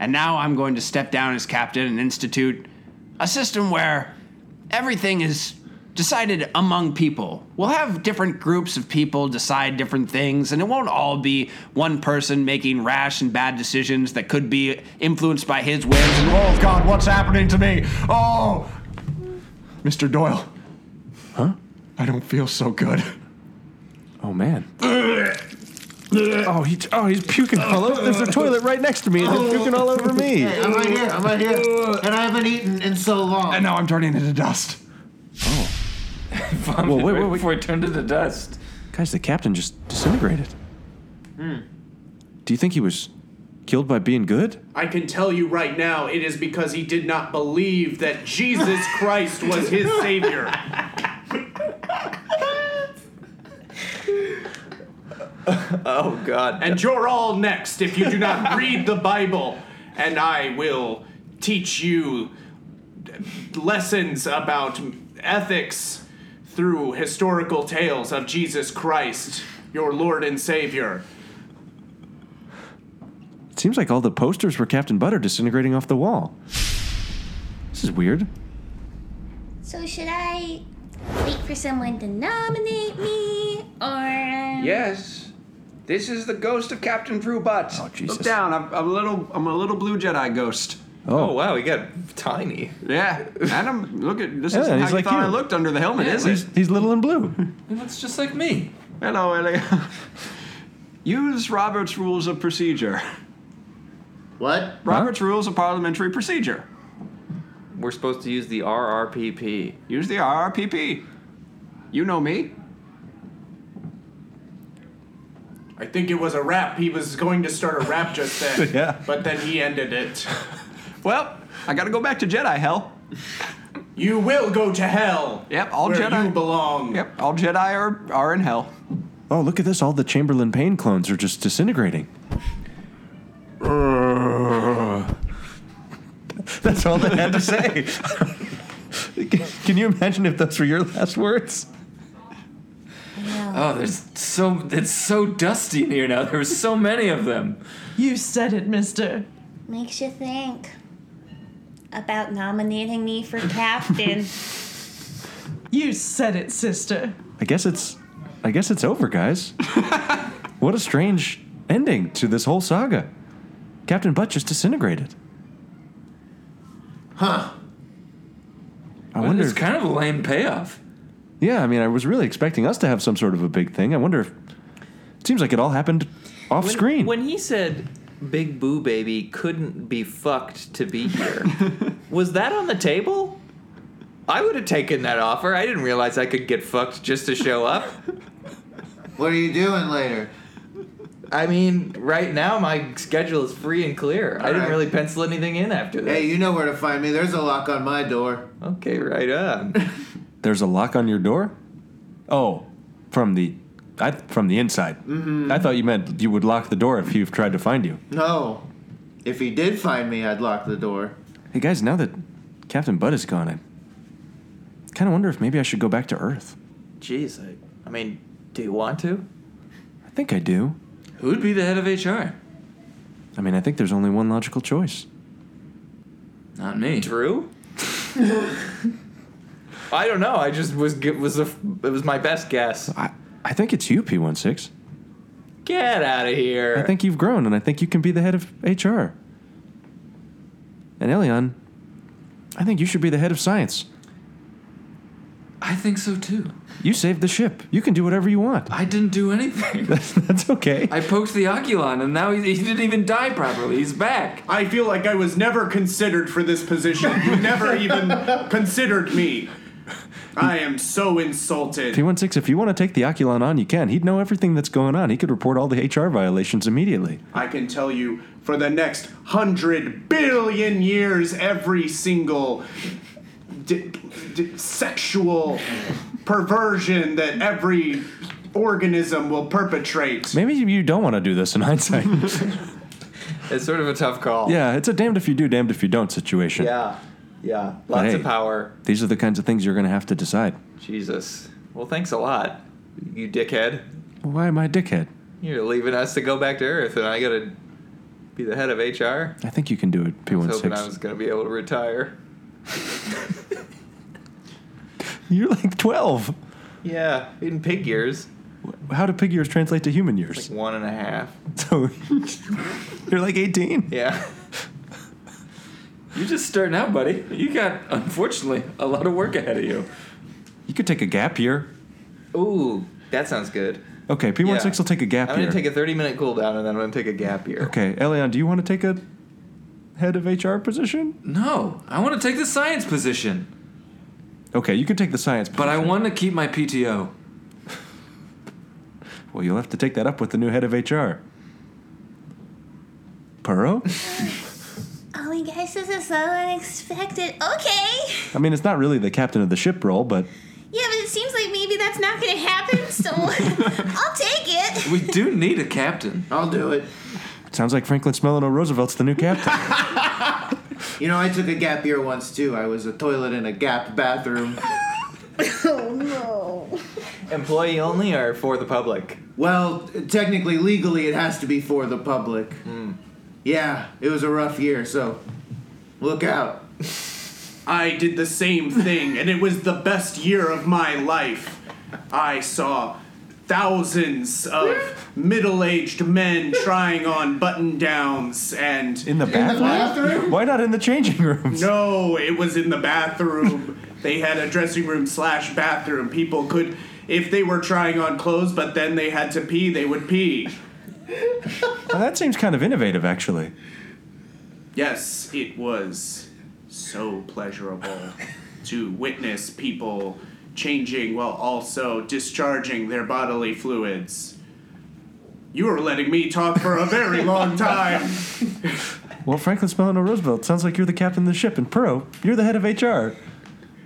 And now I'm going to step down as captain and institute a system where everything is decided among people. We'll have different groups of people decide different things, and it won't all be one person making rash and bad decisions that could be influenced by his whims. And oh, God, what's happening to me? Oh! Mr. Doyle. Huh? I don't feel so good. Oh man. Oh, he, oh, he's puking all over. There's a toilet right next to me, and he's puking all over me. Oh. Hey, Oh. I'm right here. I'm right here. And I haven't eaten in so long. And now I'm turning into dust. Well, wait, wait, wait. Before it turned into dust. Guys, the captain just disintegrated. Hmm. Do you think he was killed by being good? I can tell you right now, it is because he did not believe [LAUGHS] that Jesus Christ was his savior. Oh God. And you're all next if you [LAUGHS] do not read the Bible, and I will teach you lessons about ethics through historical tales of Jesus Christ, your Lord and Savior. It seems like all the posters were Captain Butter disintegrating off the wall. This is weird. So should I wait for someone to nominate me, or um, Yes. This is the ghost of Captain Drew Butt. Oh Jesus! Look down. I'm, I'm a little. I'm a little blue Jedi ghost. Oh, wow, he got tiny. Yeah. Adam, look at this. Yeah, is how he's you like thought I you. looked under the helmet, is he's, it? he's little and blue. It looks just like me. Hello, Ellie. [LAUGHS] Use Robert's Rules of Procedure. What? Robert's Rules of Parliamentary Procedure. We're supposed to use the RRPP. Use the RRPP. You know me. I think it was a rap. He was going to start a rap just then, [LAUGHS] Yeah. but then he ended it. Well, I gotta go back to Jedi hell. You will go to hell. Yep, all where Jedi you belong. Yep, all Jedi are are in hell. Oh, look at this. All the Chamberlain Payne clones are just disintegrating. [LAUGHS] That's all they had to say. Can you imagine if those were your last words? Oh, there's so it's so dusty in here now. There were so many of them. You said it, mister. Makes you think about nominating me for captain. [LAUGHS] You said it, sister. [LAUGHS] I guess it's I guess it's [LAUGHS] over, guys. what a strange ending to this whole saga. Captain Butt just disintegrated. Huh. I wonder It's if- kind of a lame payoff. Yeah, I mean, I was really expecting us to have some sort of a big thing. I wonder if it seems like it all happened off When- screen. When he said Big Boo Baby couldn't be fucked to [LAUGHS] be here, was that on the table? I would have taken that offer. I didn't realize I could get fucked just to show up. What are you doing later? I mean, right now my schedule is free and clear. I didn't Alright. really pencil anything in after Oh. that. Hey, you know where to find me. There's a lock on my door. Okay, right on. [LAUGHS] There's a lock on your door? Oh, from the I, from the inside. Mhm. I thought you meant you would lock the door if you've tried to find you. No. If he did find me, I'd lock the door. Hey guys, now that Captain Bud is gone, I kind of wonder if maybe I should go back to Earth. Jeez, I, I mean, do you want to? I think I do. Who'd be the head of HR? I mean, I think there's only one logical choice. Not me. Drew? I don't know. I just was it was a, it was my best guess. I think it's you, P16. Get out of here. I think you've grown, and I think you can be the head of HR. And Elion, I think you should be the head of science. I think so too. You saved the ship. You can do whatever you want. I didn't do anything. [LAUGHS] That's, that's okay. I poked the Oculon, and now he, he didn't even die properly. He's back. I feel like I was never considered for this position. You [LAUGHS] never even considered me. I am so insulted. P16, if you want to take the Oculon on, you can. He'd know everything that's going on. He could report all the HR violations immediately. I can tell you for the next hundred billion years, every single d- d- sexual perversion that every organism will perpetrate. Maybe you don't want to do this [LAUGHS] in hindsight. It's sort of a tough call. yeah, it's a damned if you do, damned if you don't situation. Yeah. Yeah. But Lots of hey, power. These are the kinds of things you're going to have to decide. Jesus. Well, thanks a lot, you dickhead. Well, why am I a dickhead? You're leaving us to go back to Earth, and I gotta be the head of HR. I think you can do it, I was hoping I P16. was gonna be able to retire. You're like 12. Yeah, in pig years, How do pig years translate to human years? one and a half. [LAUGHS] So you're like 18. Yeah. You're just starting out, buddy. You got, unfortunately, a lot of work ahead of you. You could take a gap year. Ooh, that sounds good. Okay, P16 Yeah. will take a gap I'm year. gonna take a 30 minute cooldown, and then I'm gonna take a gap year. okay, Elion, do you want to take a head of HR position? No, I want to take the science position, Okay, you can take the science but I want to keep my PTO. [LAUGHS] Well, you'll have to take that up with the new head of HR. [LAUGHS] Perot? oh, I guess this is so unexpected. Okay. I mean, it's not really the captain of the ship role, but Yeah, but it seems like maybe that's not gonna happen, so [LAUGHS] I'll take it. We do need a captain. I'll do it. it sounds like Franklin Smellano Roosevelt's the [LAUGHS] new captain. You know, I took a gap year once too. I was a toilet in a gap bathroom. [LAUGHS] Oh no. Employee only or for the public? Well, technically, legally, it has to be for the public. Hmm. Yeah, it was a rough year, so look out. I did the same thing, and it was the best year of my life. I saw thousands of middle aged men trying on button downs and. In the bathroom? Why not in the changing rooms? No, it was in the bathroom. they had a dressing room slash bathroom. People could, if they were trying on clothes, but then they had to pee, they would pee. Well, that seems kind of innovative, actually. Yes, it was so pleasurable to witness people changing while also discharging their bodily fluids. You were letting me talk for a very long time. Well, Franklin Smellano Roosevelt sounds like you're the captain of the ship, and Perot, you're the head of HR,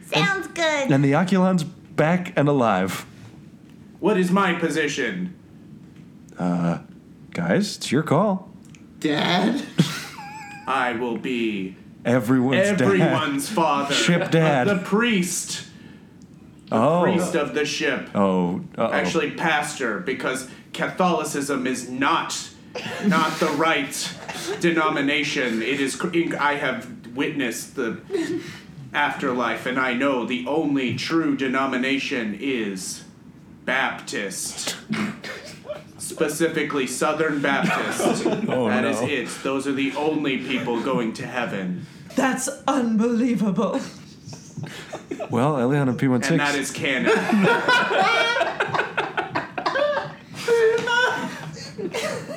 Sounds good. and the Oculon's back and alive. What is my position? Uh, guys, it's your call. Dad? I will be Everyone's dad. everyone's father. Ship dad. The priest. [LAUGHS] The oh. priest of the ship. oh. uh-oh. Actually, pastor, because Catholicism is not not the right denomination. It is. cr- I have witnessed the afterlife, and I know the only true denomination is Baptist. Specifically, Southern Baptist. [LAUGHS] Oh, That is no. it. Those are the only people going to heaven, That's [LAUGHS] unbelievable. Well, Eliana P16. and that is canon.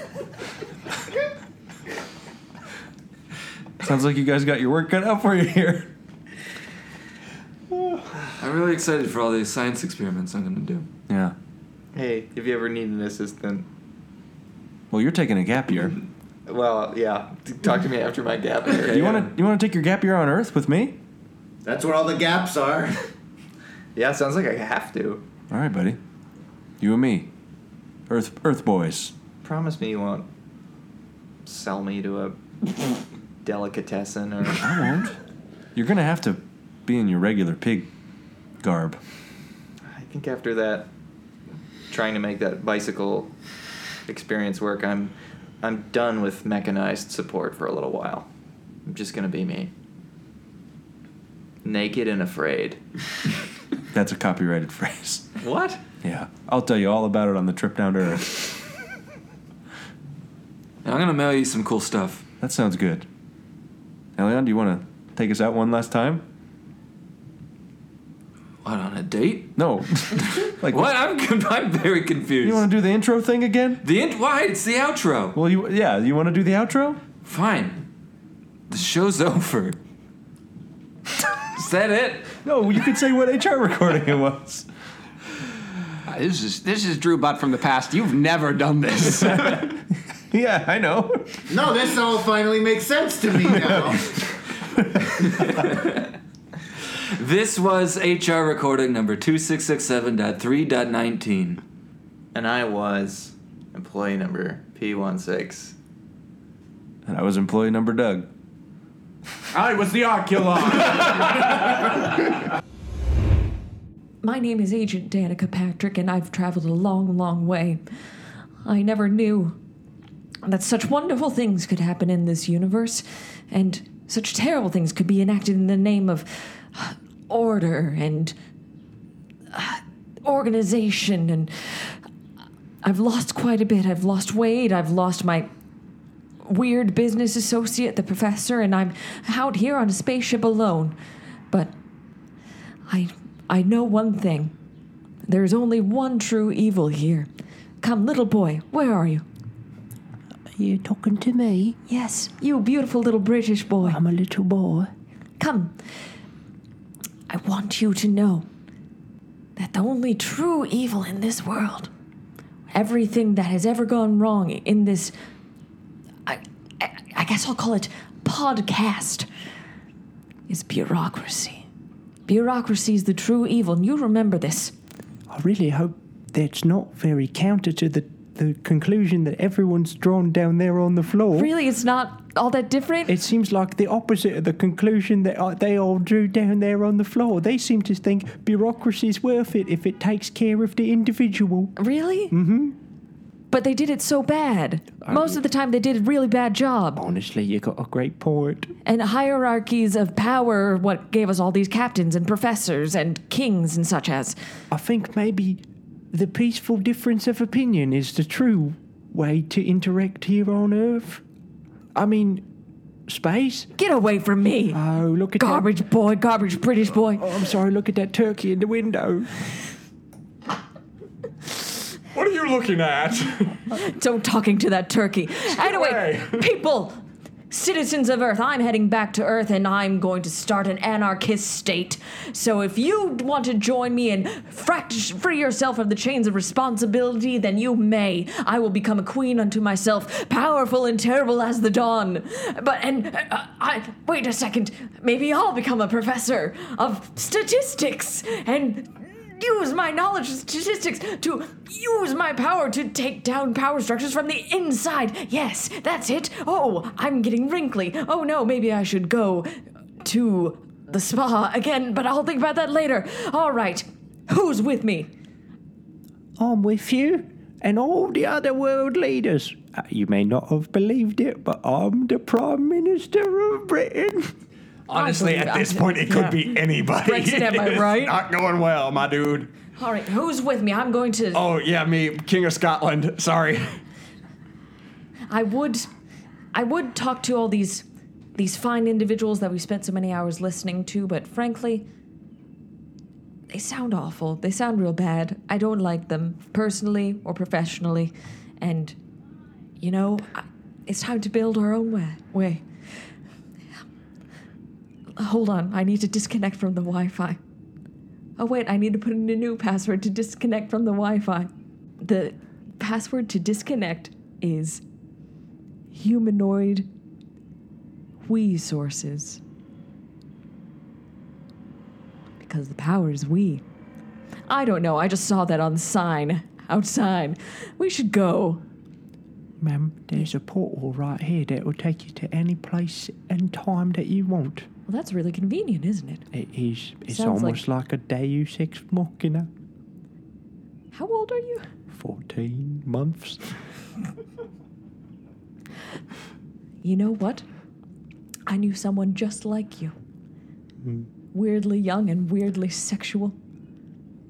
[LAUGHS] Sounds like you guys got your work cut out for you here. I'm really excited for all these science experiments I'm going to do. Yeah. Hey, if you ever need an assistant, Well, you're taking a gap year. well, yeah, talk to me after my gap. year. you want to you want to take your gap year on Earth with me? That's where all the gaps are. [LAUGHS] yeah, it sounds like I have to. All right, buddy. You and me, Earth Earth boys. Promise me you won't sell me [LAUGHS] to a delicatessen or. I won't. You're gonna have to be in your regular pig garb. I think after that, trying to make that bicycle experience work, I'm I'm done with mechanized support for a little while. I'm just gonna be me. Naked and afraid. [LAUGHS] That's a copyrighted phrase. What? Yeah, I'll tell you all about it on the trip down to Earth. And I'm going to mail you some cool stuff. That sounds good. Elion, do you want to take us out one last time? What, on a date? No. [LAUGHS] like What? I'm, [LAUGHS] con- I'm very confused. You want to do the intro thing again? The int- why? It's the outro. Well, you yeah, you want to do the outro? Fine. The show's [LAUGHS] over. Is that it? No, you could say what HR recording it was. Uh, this is this is Drew Butt from the past. You've never done this. [LAUGHS] yeah, I know. No, this all finally makes sense to me now. This was HR recording number 2667.3.19. And I was employee number P16. And I was employee number Doug. I was the Oculon. My name is Agent Danica Patrick, and I've traveled a long, long way. I never knew that such wonderful things could happen in this universe, and such terrible things could be enacted in the name of uh, order and uh, organization. And uh, I've lost quite a bit. I've lost Wade. I've lost my weird business associate, the professor, and I'm out here on a spaceship alone. But I I know one thing. There is only one true evil here. Come, little boy, where are you? Are you talking to me? Yes, you beautiful little British boy. I'm a little boy. Come. I want you to know that the only true evil in this world, everything that has ever gone wrong in this, I, I, I guess I'll call it podcast, is bureaucracy. Bureaucracy is the true evil, and you remember this. I really hope that's not very counter to the, the conclusion that everyone's drawn down there on the floor. Really, it's not all that different. It seems like the opposite of the conclusion that uh, they all drew down there on the floor. They seem to think bureaucracy's worth it if it takes care of the individual. Really? Mm-hmm. But they did it so bad. Most of the time, they did a really bad job. Honestly, you got a great point. And hierarchies of power are what gave us all these captains and professors and kings and such as. I think maybe the peaceful difference of opinion is the true way to interact here on Earth. I mean, space. Get away from me! Oh, look at garbage boy, garbage British boy. Oh, I'm sorry. Look at that turkey in the window. What are you looking at? [LAUGHS] Don't talking to that turkey. anyway, people, citizens of Earth, I'm heading back to Earth and I'm going to start an anarchist state. So if you want to join me and fract- free yourself of the chains of responsibility, then you may. I will become a queen unto myself, powerful and terrible as the dawn. But and uh, I wait a second. Maybe I'll become a professor of statistics and use my knowledge of statistics to use my power to take down power structures from the inside. Yes, that's it. Oh, I'm getting wrinkly. Oh no, maybe I should go to the spa again, but I'll think about that later. All right, who's with me? I'm with you and all the other world leaders. Uh, You may not have believed it, but I'm the Prime Minister of Britain. Honestly, believe at I this did- point, it could yeah. be anybody. Brexit, am [LAUGHS] I It's right? Not going well, my dude. All right, who's with me? I'm going to. Oh yeah, me, King of Scotland. Sorry. I would, I would talk to all these, these fine individuals that we spent so many hours listening to, but frankly, they sound awful. They sound real bad. I don't like them personally or professionally, and, you know, I, it's time to build our own way. Way. Hold on, I need to disconnect from the Wi-Fi. Oh wait, I need to put in a new password to disconnect from the Wi-Fi. The password to disconnect is humanoid we sources. Because the power is we. I don't know, I just saw that on the sign outside. We should go. Ma'am, there's a portal right here that will take you to any place and time that you want. Well, that's really convenient, isn't it? It is. It's Sounds like- almost like, a Deus Ex Machina. How old are you? 14 months. You know what? I knew someone just like you. Hmm. Weirdly young and weirdly sexual.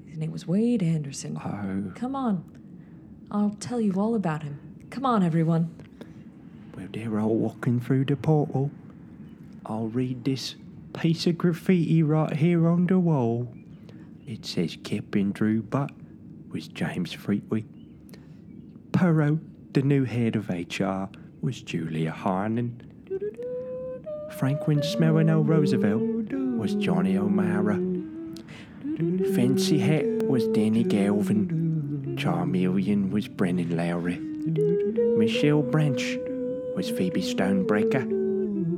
His name was Wade Anderson. Oh. Come on. I'll tell you all about him. Come on, everyone. Well, they're all walking through the portal. I'll read this piece of graffiti right here on the wall. It says Captain Drew Butt was James Freakley. Perro, the new head of HR, was Julia Harnan. Franklin Smerino Roosevelt was Johnny O'Mara. Fancy Hat was Danny Galvin. Charmeleon was Brennan Lowry. Michelle Branch was Phoebe Stonebreaker.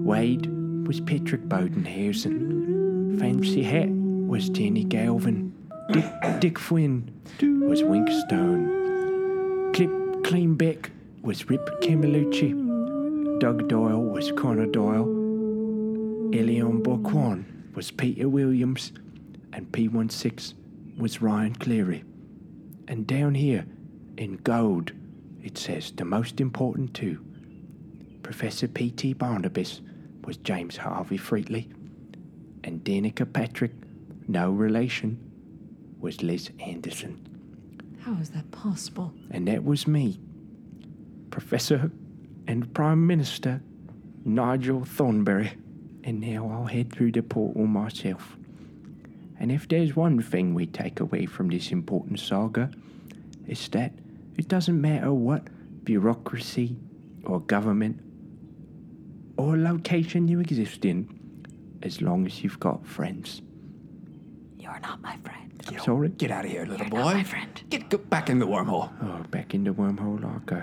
Wade was Patrick Bodenhausen. Fancy Hat was Danny Galvin. Dick, Dick Flynn was Wink Stone. Clip Cleanbeck was Rip Camelucci. Doug Doyle was Connor Doyle. Elion Borquan was Peter Williams. And P16 was Ryan Cleary. And down here, in gold, it says the most important two. Professor P.T. Barnabas was James Harvey Freetley, and Danica Patrick, no relation, was Liz Anderson. How is that possible? And that was me, Professor and Prime Minister Nigel Thornberry. And now I'll head through the portal myself. And if there's one thing we take away from this important saga, it's that it doesn't matter what bureaucracy or government or location you exist in, as long as you've got friends. You're not my friend. I'm sorry. Get out of here, little You're boy. not my friend. Get go back in the wormhole. Oh, back in the wormhole I go.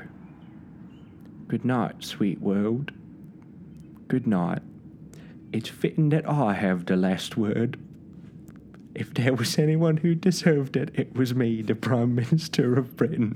Good night, sweet world. Good night. It's fitting that I have the last word. If there was anyone who deserved it, it was me, the Prime Minister of Britain.